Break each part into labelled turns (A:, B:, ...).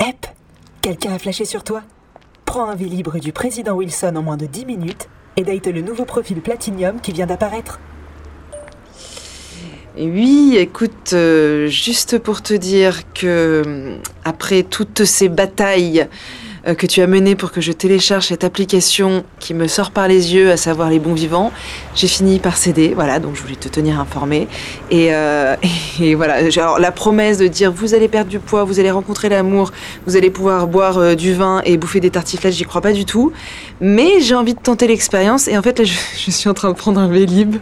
A: Hep, quelqu'un a flashé sur toi Prends un vie libre du président Wilson en moins de 10 minutes et date le nouveau profil Platinium qui vient d'apparaître.
B: Oui, écoute, euh, juste pour te dire que euh, après toutes ces batailles euh, que tu as menées pour que je télécharge cette application qui me sort par les yeux, à savoir les bons vivants, j'ai fini par céder. Voilà, donc je voulais te tenir informé. Et, euh, et voilà, j'ai- alors la promesse de dire vous allez perdre du poids, vous allez rencontrer l'amour, vous allez pouvoir boire euh, du vin et bouffer des tartiflettes, j'y crois pas du tout. Mais j'ai envie de tenter l'expérience et en fait là je, je suis en train de prendre un Vélib.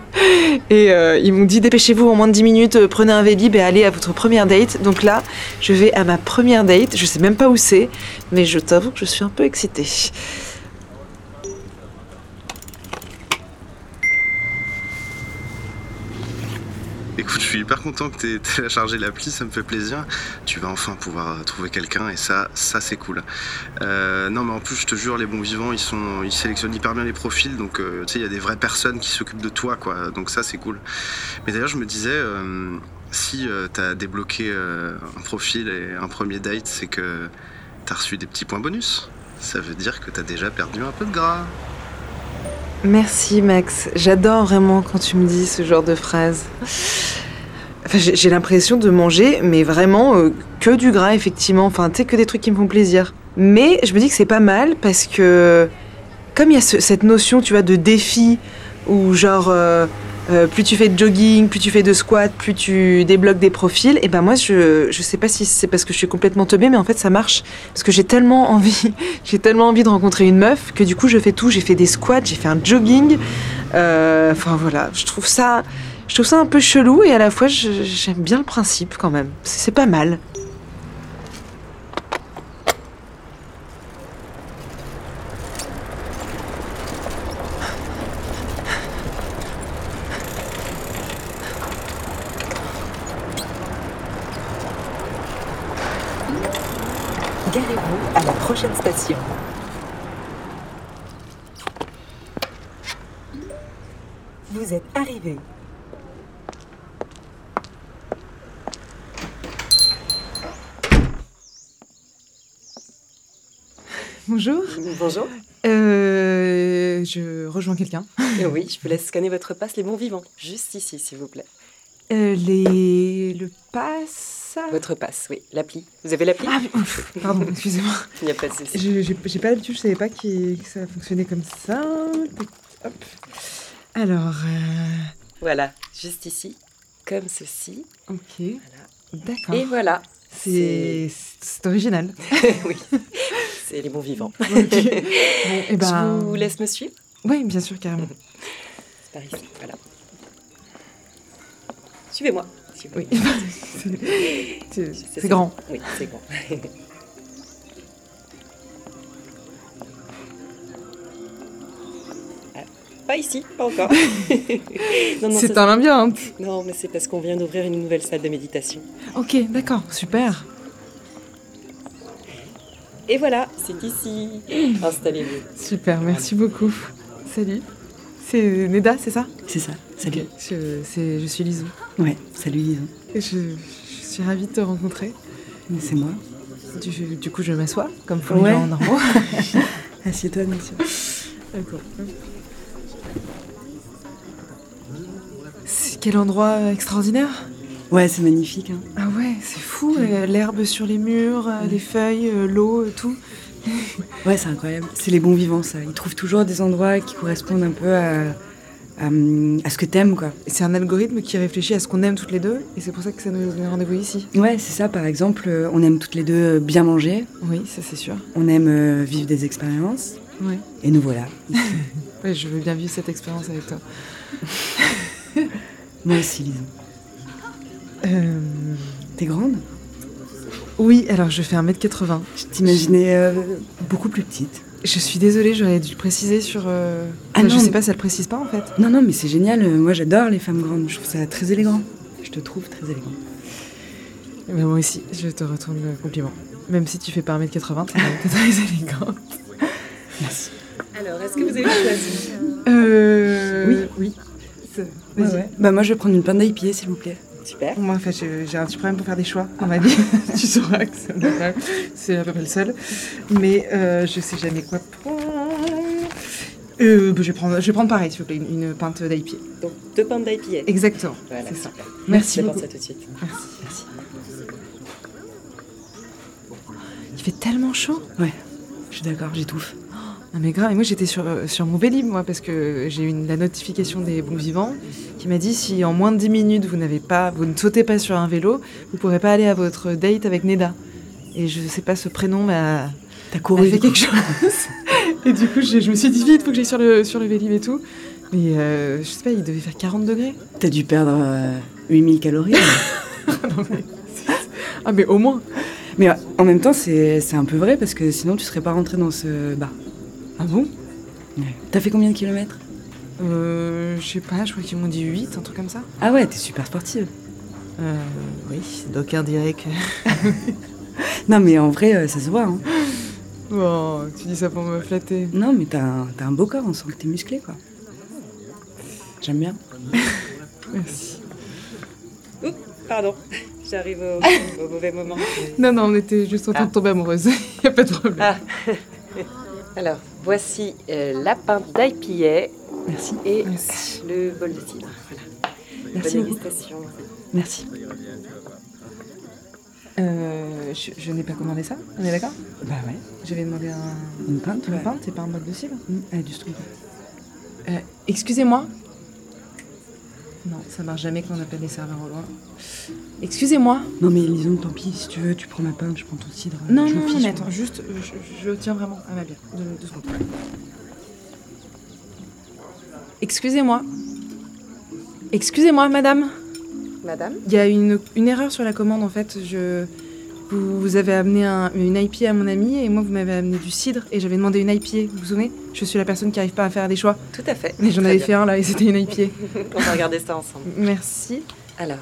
B: Et euh, ils m'ont dit dépêchez-vous en moins de 10 minutes, euh, prenez un Vélib et allez à votre première date. Donc là, je vais à ma première date, je sais même pas où c'est, mais je t'avoue que je suis un peu excitée.
C: Écoute, je suis hyper content que t'aies téléchargé l'appli, ça me fait plaisir. Tu vas enfin pouvoir euh, trouver quelqu'un et ça, ça c'est cool. Euh, non, mais en plus, je te jure, les bons vivants, ils sont, ils sélectionnent hyper bien les profils, donc euh, tu sais, il y a des vraies personnes qui s'occupent de toi, quoi. Donc ça, c'est cool. Mais d'ailleurs, je me disais, euh, si euh, t'as débloqué euh, un profil et un premier date, c'est que t'as reçu des petits points bonus. Ça veut dire que t'as déjà perdu un peu de gras.
B: Merci Max, j'adore vraiment quand tu me dis ce genre de phrase. Enfin, j'ai j'ai l'impression de manger, mais vraiment euh, que du gras, effectivement. Enfin, tu sais, que des trucs qui me font plaisir. Mais je me dis que c'est pas mal parce que, comme il y a ce- cette notion, tu vois, de défi, où genre, euh, euh, plus tu fais de jogging, plus tu fais de squat, plus tu débloques des profils, et ben moi, je, je sais pas si c'est parce que je suis complètement teubée, mais en fait, ça marche. Parce que j'ai tellement envie, j'ai tellement envie de rencontrer une meuf que du coup, je fais tout. J'ai fait des squats, j'ai fait un jogging. Euh, Enfin, voilà, je trouve ça. Je trouve ça un peu chelou et à la fois je- j'aime bien le principe quand même. C'est c'est pas mal.
A: Garez-vous à la prochaine station. Vous êtes arrivé.
D: Bonjour.
E: Bonjour.
D: Euh, je rejoins quelqu'un.
E: Euh, Oui, je vous laisse scanner votre passe les bons vivants. Juste ici, s'il vous plaît.
D: Euh, les... Le pass...
E: Votre passe, oui. L'appli. Vous avez l'appli
D: Ah, mais- ouf, pardon, excusez-moi.
E: Il n'y a pas de souci.
D: Je- J'ai j'ai pas l'habitude, je savais pas qu'il- que ça fonctionnait comme ça. Hop. Alors, euh,
E: Voilà, juste ici, comme ceci.
D: ok,
E: Voilà.
D: d'accord.
E: Et voilà.
D: Ah. C'est c'est original.
E: oui, c'est les bons vivants.
D: Ok. Bon, et ben...
E: Je vous laisse me suivre.
D: Oui, bien sûr, carrément.
E: C'est par ici, voilà. Suivez-moi. s'il vous
D: Oui.
E: plaît.
D: C'est- c'est-
E: C'est-
D: C'est grand.
E: Oui, c'est grand. Ah, Pas ici, pas encore. Non, non,
D: C'est
E: ça-
D: un labyrinthe.
E: Non, mais c'est parce qu'on vient d'ouvrir une nouvelle salle de méditation.
D: Ok, d'accord, super.
E: Et voilà, c'est ici. Installez-vous.
D: Super, merci beaucoup. Salut. C'est Neda, c'est ça
F: C'est ça. Salut.
D: je, c'est- je suis Lizou.
F: Ouais, salut Lison.
D: Et je, je suis ravie de te rencontrer.
F: C'est moi.
D: Du, du coup, je m'assois, comme font les
F: Ouais.
D: gens normaux.
F: Assieds-toi, bien sûr.
D: D'accord. Quel endroit extraordinaire
F: Ouais, c'est magnifique. hein.
D: Ah ouais, c'est fou, euh, l'herbe sur les murs, euh, les feuilles, euh, l'eau, euh, tout.
F: Ouais, c'est incroyable. C'est les bons vivants, ça. Ils trouvent toujours des endroits qui correspondent un peu à, à, hum, à ce que t'aimes, quoi.
D: Et C'est un algorithme qui réfléchit à ce qu'on aime toutes les deux, et c'est pour ça que ça nous donne rendez-vous ici.
F: Ouais, c'est ça, par exemple, euh, on aime toutes les deux euh, bien manger,
D: Oui, ça c'est sûr.
F: on aime euh, vivre des expériences,
D: Ouais.
F: et nous voilà.
D: Ouais, je veux bien vivre cette expérience avec toi.
F: Moi aussi, Lison.
D: Euh,
F: T'es grande
D: Oui, alors je fais 1m80.
F: Je t'imaginais euh, beaucoup plus petite.
D: Je suis désolée, j'aurais dû le préciser sur. euh,
F: Ah
D: enfin, je
F: non.
D: sais pas, ça le précise pas en fait.
F: Non, non, mais c'est génial. euh, Moi, j'adore les femmes grandes. Je trouve ça très élégant. Je te trouve très élégant.
D: Mais moi aussi, je te retourne le compliment. Même si tu fais pas 1m80, t'es quand même très élégant.
F: Merci.
E: Alors, est-ce que vous avez choisi
D: Euh. Oui, oui.
F: Ouais, ouais. Bah, moi, je vais prendre une pinte d'ail pilée, s'il vous plaît.
E: Super.
D: Moi, en fait, j'ai j'ai un petit problème pour faire des choix dans ma vie. tu sauras que c'est normal. C'est à peu près le seul. Mais euh, je sais jamais quoi prendre. Euh, bah, je, vais prendre, je vais prendre pareil, s'il vous plaît, une, une pinte d'ail pied.
E: Donc, deux pintes d'ail pillé.
D: Exactement,
E: Voilà.
D: c'est ça.
F: Merci
E: Je
F: beaucoup.
E: porte ça tout de suite.
D: Il fait tellement chaud.
F: Ouais, je suis d'accord, j'étouffe.
D: Oh, Non mais grave, et moi j'étais sur, euh, sur mon Vélib, moi, parce que j'ai eu une- la notification des bons vivants qui m'a dit si en moins de 10 minutes vous n'avez pas, vous ne sautez pas sur un vélo, vous pourrez pas aller à votre date avec Neda. Et je sais pas, ce prénom m'a
F: T'as
D: m'a
F: couru.
D: fait quelque chose. et du coup, j'ai- je me suis dit vite, faut que j'aille sur le, sur le Vélib et tout. Mais euh, je sais pas, il devait faire 40 degrés.
F: T'as dû perdre euh, 8000 calories.
D: Ah mais au moins.
F: mais euh, en même temps, c'est c'est un peu vrai parce que sinon, tu serais pas rentré dans ce bar.
D: Ah bon
F: T'as fait combien de kilomètres
D: euh, Je sais pas, je crois qu'ils m'ont dit 8, un truc comme ça.
F: Ah ouais, t'es super sportive.
D: Euh, oui, d'aucuns diraient que...
F: Non, mais en vrai, euh, ça se voit. hein.
D: Oh, tu dis ça pour me flatter.
F: Non, mais t'as un, t'as un beau corps, on sent que t'es musclé, quoi. J'aime bien.
D: Merci.
E: Oups, pardon. J'arrive au, au mauvais moment.
D: Non, non, on était juste en train de tomber amoureuse. Il a pas de problème.
E: Ah. Alors, voici euh, la pinte d'ail pillé
F: Merci.
E: et
D: Merci.
E: le bol de cidre. Voilà.
F: Merci
E: Bonne
F: beaucoup.
E: dégustation.
F: Merci.
D: Euh, je je n'ai pas commandé ça, on est d'accord
F: Bah ouais,
D: J'avais demandé un,
F: une pinte,
D: un
F: ouais.
D: pain, c'est pas un mode de cible
F: Mmh, elle a dû se tromper.
D: Euh, Excusez-moi Non, ça marche jamais quand on appelle les serveurs au loin. Excusez-moi
F: Non, mais disons, tant pis, si tu veux, tu prends ma pinte, je prends ton cidre. euh,
D: Non,
F: je m'en
D: non,
F: fiche,
D: mais
F: moi.
D: attends, juste, euh, je, je tiens vraiment à ma bière. Deux, deux secondes. Excusez-moi. Excusez-moi, madame.
E: Madame
D: Il y a une, une erreur sur la commande en fait. Je, vous, vous avez amené un- une IP à mon ami et moi vous m'avez amené du cidre et j'avais demandé une IP. Vous vous souvenez Je suis la personne qui arrive pas à faire des choix.
E: Tout à fait.
D: Mais j'en
E: Très
D: avais
E: bien.
D: fait un là et c'était une IP.
E: On va regarder ça ensemble.
D: Merci.
E: Alors,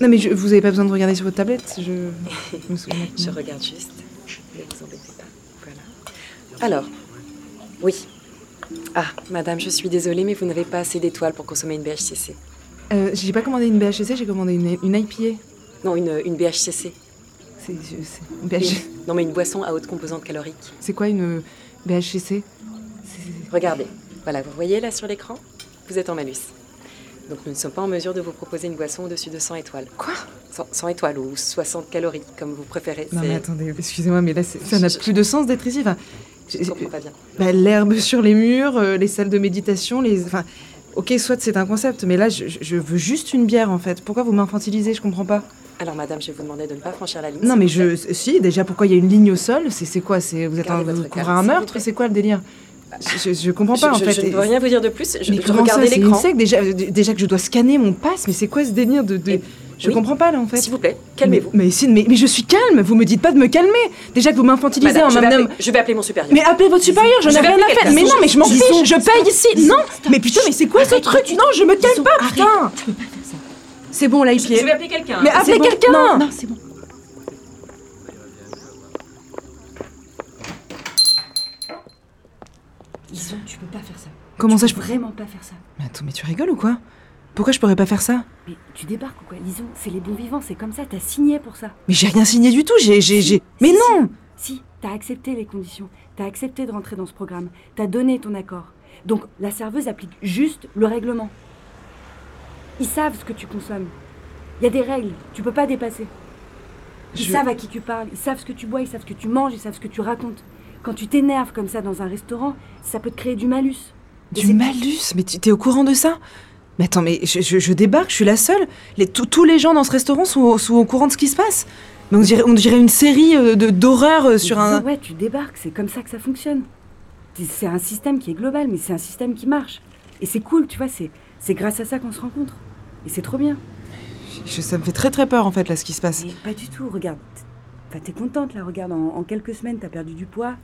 D: Non mais je- vous avez pas besoin de regarder sur votre tablette. Je, je me souviens.
E: je regarde juste. Ne vous embêtez pas. Voilà. Alors, oui. Ah, madame, je suis désolée, mais vous n'avez pas assez d'étoiles pour consommer une BHCC.
D: Euh, j'ai pas commandé une BHC, j'ai commandé une, une IPA.
E: Non, une, une
D: C'est,
E: BHCC.
D: je- c'est- une
E: Une-
D: BHC.
E: non, mais une boisson à haute composante calorique.
D: C'est quoi une BHC
E: Regardez. Voilà, vous voyez là sur l'écran Vous êtes en malus. Donc nous ne sommes pas en mesure de vous proposer une boisson au-dessus de 100 étoiles. Quoi 100, 100 étoiles ou 60 calories, comme vous préférez.
D: Non mais
E: c'est-
D: attendez, excusez-moi, mais là c'est- ça n'a plus de sens d'être ici. Enfin, j'ai-
E: Je comprends pas bien.
D: Bah, L'herbe sur les murs, euh, les salles de méditation, les. Enfin, ok, soit c'est un concept, mais là, je, je veux juste une bière en fait. Pourquoi vous m'infantilisez Je comprends pas.
E: Alors, madame, je vais vous demander de ne pas franchir la ligne.
D: Non,
E: s'il
D: mais
E: vous plaît.
D: je. Si, déjà, pourquoi il y a une ligne au sol C'est c'est quoi C'est vous êtes un,
E: Gardez
D: vous
E: votre
D: couvrez
E: calme,
D: un
E: s'il vous
D: meurtre
E: plaît.
D: C'est quoi le délire je, je, je comprends pas
E: Je-
D: en
E: je-
D: fait.
E: Je ne peux rien vous dire de plus. Je,
D: Mais
E: je
D: comment ça,
E: regardais
D: c'est
E: l'écran.
D: une secte déjà, euh, déjà que je dois scanner mon passe, mais c'est quoi ce délire de. de-
E: Et-
D: je
E: oui.
D: comprends pas là en fait.
E: S'il vous plaît, calmez-vous.
D: Mais, mais, si- mais, mais je suis calme, vous me dites pas de me calmer. Déjà que vous m'infantilisez
E: Madame,
D: en
E: je, vais
D: m'amenant-
E: appeler, je vais appeler mon supérieur.
D: Mais appelez votre supérieur, j'en
E: Je
D: ai
E: vais
D: rien à
E: appeler
D: faire.
E: quelqu'un.
D: Mais non, mais je m'en
E: Disons,
D: fiche, je paye ici. non, mais putain, mais c'est quoi ce truc Non, je me calme pas, putain. C'est bon, là, il
E: je vais appeler quelqu'un.
D: Mais appelez quelqu'un hein Non, c'est bon. Lison, tu peux pas faire ça. Comment ça, je peux vraiment pas faire ça Mais attends, mais tu rigoles ou quoi Pourquoi je pourrais pas faire ça
G: Mais tu débarques ou quoi Lison, c'est les bons vivants, c'est comme ça, t'as signé pour ça.
D: Mais j'ai rien signé du tout, j'ai... j'ai, j'ai... Mais non
G: Si, t'as accepté les conditions, t'as accepté de rentrer dans ce programme, t'as donné ton accord. Donc la serveuse applique juste le règlement. Ils savent ce que tu consommes. Il y a des règles, tu peux pas dépasser. Ils
D: Je-
G: savent à qui tu parles, ils savent ce que tu bois, ils savent ce que tu manges, ils savent ce que tu racontes. Quand tu t'énerves comme ça dans un restaurant, ça peut te créer du malus. Et
D: Du
G: c'est-
D: malus Mais tu t'es au courant de ça Mais attends, mais je, je- je débarque, je suis la seule. Les, tous- tous les gens dans ce restaurant sont, au- sont au courant de ce qui se passe. Mais on dirait, on dirait une série euh, de- d'horreur euh, sur
G: Mais
D: un.
G: disons, Ouais, tu débarques, c'est comme ça que ça fonctionne. C'est- C'est un système qui est global, mais c'est un système qui marche. Et c'est cool, tu vois, c'est c'est grâce à ça qu'on se rencontre. Et c'est trop bien.
D: Je- ça me fait très très peur en fait là ce qui se passe.
G: Mais pas du tout, regarde. t- Enfin, t'es contente là, regarde, en, en quelques semaines, t'as perdu du poids.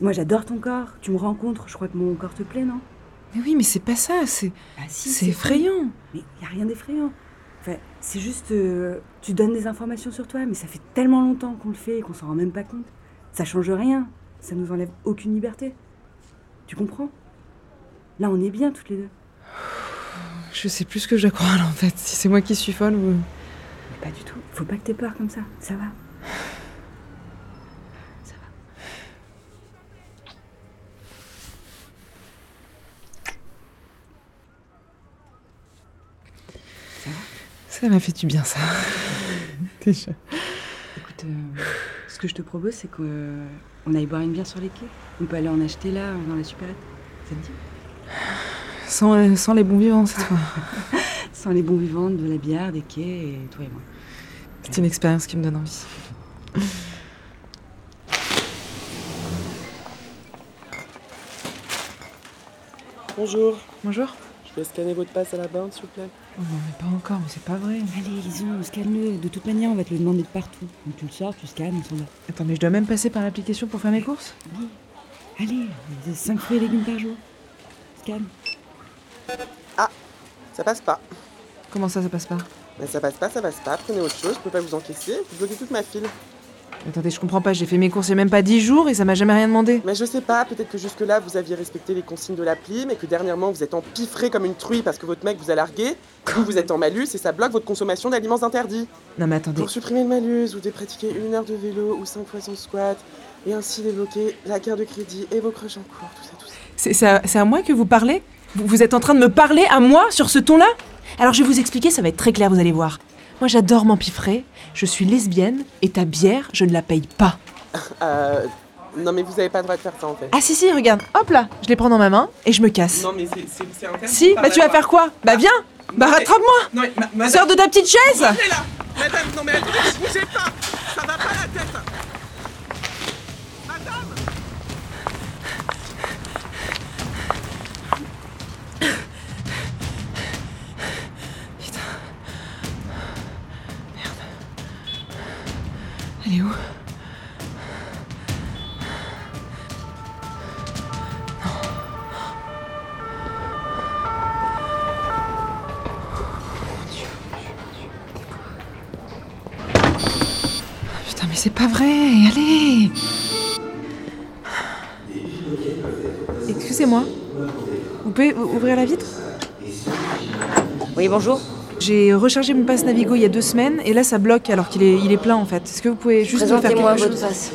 G: Moi, j'adore ton corps, tu me rencontres, je crois que mon corps te plaît, non
D: Mais oui, mais c'est pas ça, c'est
G: Bah si,
D: c'est effrayant.
G: Mais y a rien d'effrayant. Enfin, c'est juste, euh, tu donnes des informations sur toi, mais ça fait tellement longtemps qu'on le fait et qu'on s'en rend même pas compte. Ça change rien. Ça nous enlève aucune liberté. Tu comprends Là, on est bien toutes les deux.
D: Je sais plus ce que je dois croire là, en fait, si c'est moi qui suis folle ou.
G: Mais pas du tout. Faut pas que t'aies peur comme ça. Ça va.
D: Ça m'a fait du bien ça. Déjà.
H: Écoute, euh, ce que je te propose, c'est qu'on aille boire une bière sur les quais. On peut aller en acheter là, euh, dans la supérette. Ça te dit
D: Sans, euh, sans les bons vivants cette fois.
H: Sans les bons vivants, de la bière, des quais, et toi et moi.
D: C'est une expérience qui me donne envie.
B: Bonjour,
D: Bonjour.
B: je peux scanner votre passe à la borne, s'il vous plaît
D: Oh non, mais pas encore, mais c'est pas vrai.
G: Allez, Lison, scanne-le. De toute manière, on va te le demander de partout. Donc tu le sors, tu scannes, on s'en va.
D: Attends, mais je dois même passer par l'application pour faire mes courses
G: Allez, 5 fruits et légumes par jour. Scanne.
B: Ça passe pas.
D: Comment ça, ça passe pas
B: Mais ça passe pas, ça passe pas. Prenez autre chose, je peux pas vous encaisser. Vous bloquez toute ma file.
D: Attendez, je comprends pas, j'ai fait mes courses il y a même pas 10 jours et ça m'a jamais rien demandé.
B: Mais je sais pas, peut-être que jusque-là vous aviez respecté les consignes de l'appli, mais que dernièrement vous êtes empiffré comme une truie parce que votre mec vous a largué. Vous, vous êtes en malus et ça bloque votre consommation d'aliments interdits.
D: Non mais attendez,
B: Pour supprimer le malus, vous devez pratiquer une heure de vélo ou cinq fois son squat et ainsi débloquer la carte de crédit et vos crushs en cours, tout ça, tout ça.
D: c'est c'est à, c'est à moi que vous parlez vous, vous êtes en train de me parler à moi sur ce ton-là Alors je vais vous expliquer, ça va être très clair, vous allez voir. Moi j'adore m'empiffrer, je suis lesbienne et ta bière, je ne la paye pas.
B: Euh. Non, mais vous avez pas le droit de faire ça en fait.
D: Ah si si, regarde, hop là, je les prends dans ma main et je me casse.
B: Non, mais c'est- c'est c'est interdit.
D: si,
B: par
D: bah
B: la
D: tu vas
B: loi.
D: faire quoi Bah viens
B: mais-
D: Bah rattrape-moi
B: Non, mais ma- madame-
D: Sors de ta petite chaise
B: Bougez là Madame, non mais attendez, bougez pas Ça va pas la tête Madame
D: Elle est où Non. Putain, mais c'est pas vrai Allez Excusez-moi. Vous pouvez ou- ouvrir la vitre
H: Oui, bonjour.
D: J'ai rechargé mon passe Navigo il y a deux semaines et là ça bloque alors qu'il est, il est plein en fait. Est-ce que vous pouvez juste me faire quelque chose
H: passe.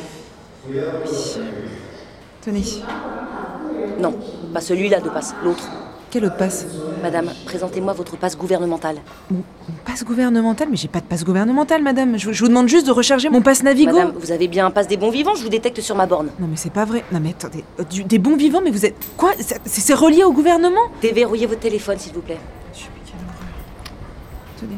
D: Tenez.
E: Non, pas celui-là de passe, l'autre.
D: Quelle autre passe
E: Madame, présentez-moi votre passe gouvernementale.
D: Une passe gouvernementale Mais j'ai pas de passe gouvernementale, madame. Je, je vous demande juste de recharger mon passe Navigo.
E: Madame, vous avez bien un passe des bons vivants, je vous détecte sur ma borne.
D: Non, mais c'est pas vrai. Non, mais attendez. euh, du- des bons vivants, mais vous êtes. Quoi C'est- C'est c'est relié au gouvernement
E: Déverrouillez votre téléphone, s'il vous plaît.
D: Tenez.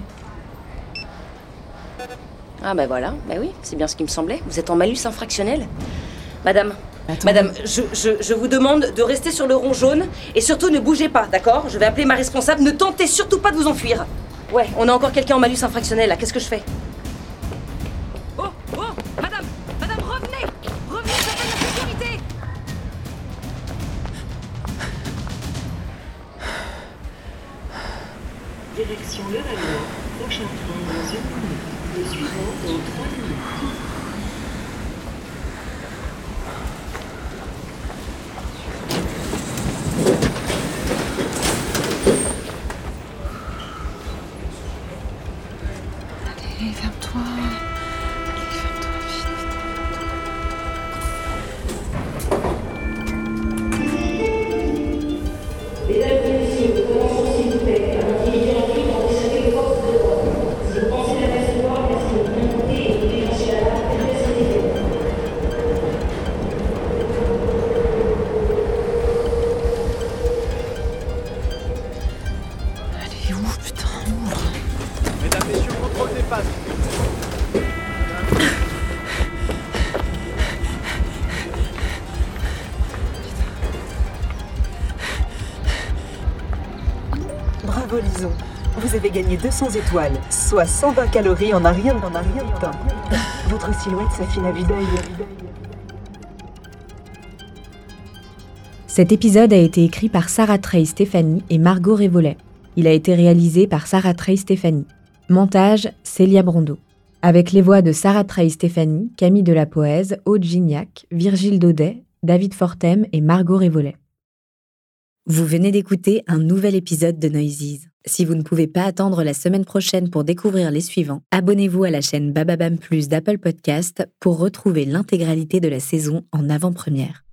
E: Ah bah voilà, bah oui, c'est bien ce qui me semblait. Vous êtes en malus infractionnel. Madame,
D: Attendez.
E: madame, je, je- je vous demande de rester sur le rond jaune et surtout ne bougez pas, d'accord Je vais appeler ma responsable, ne tentez surtout pas de vous enfuir. Ouais, on a encore quelqu'un en malus infractionnel, là, qu'est-ce que je fais Oh, oh, madame, madame, revenez Revenez, j'appelle la sécurité
D: Allez, ferme-toi. Allez, ferme-toi, vite.
B: Bravo Lison, vous avez gagné 200 étoiles, soit 120 calories en un rien en un rien de temps. Votre silhouette s'affine à vue d'œil.
I: Cet épisode a été écrit par Sarah Trey Stéphanie et Margot Révolet. Il a été réalisé par Sarah Trey Stéphanie. Montage Célia Brondeau. Avec les voix de Sarah Trey Stéphanie, Camille Delapoèse, Aude Gignac, Virgile Daudet, David Fortem et Margot Révolet.
J: Vous venez d'écouter un nouvel épisode de Noises. Si vous ne pouvez pas attendre la semaine prochaine pour découvrir les suivants, abonnez-vous à la chaîne Bababam Plus d'Apple Podcast pour retrouver l'intégralité de la saison en avant-première.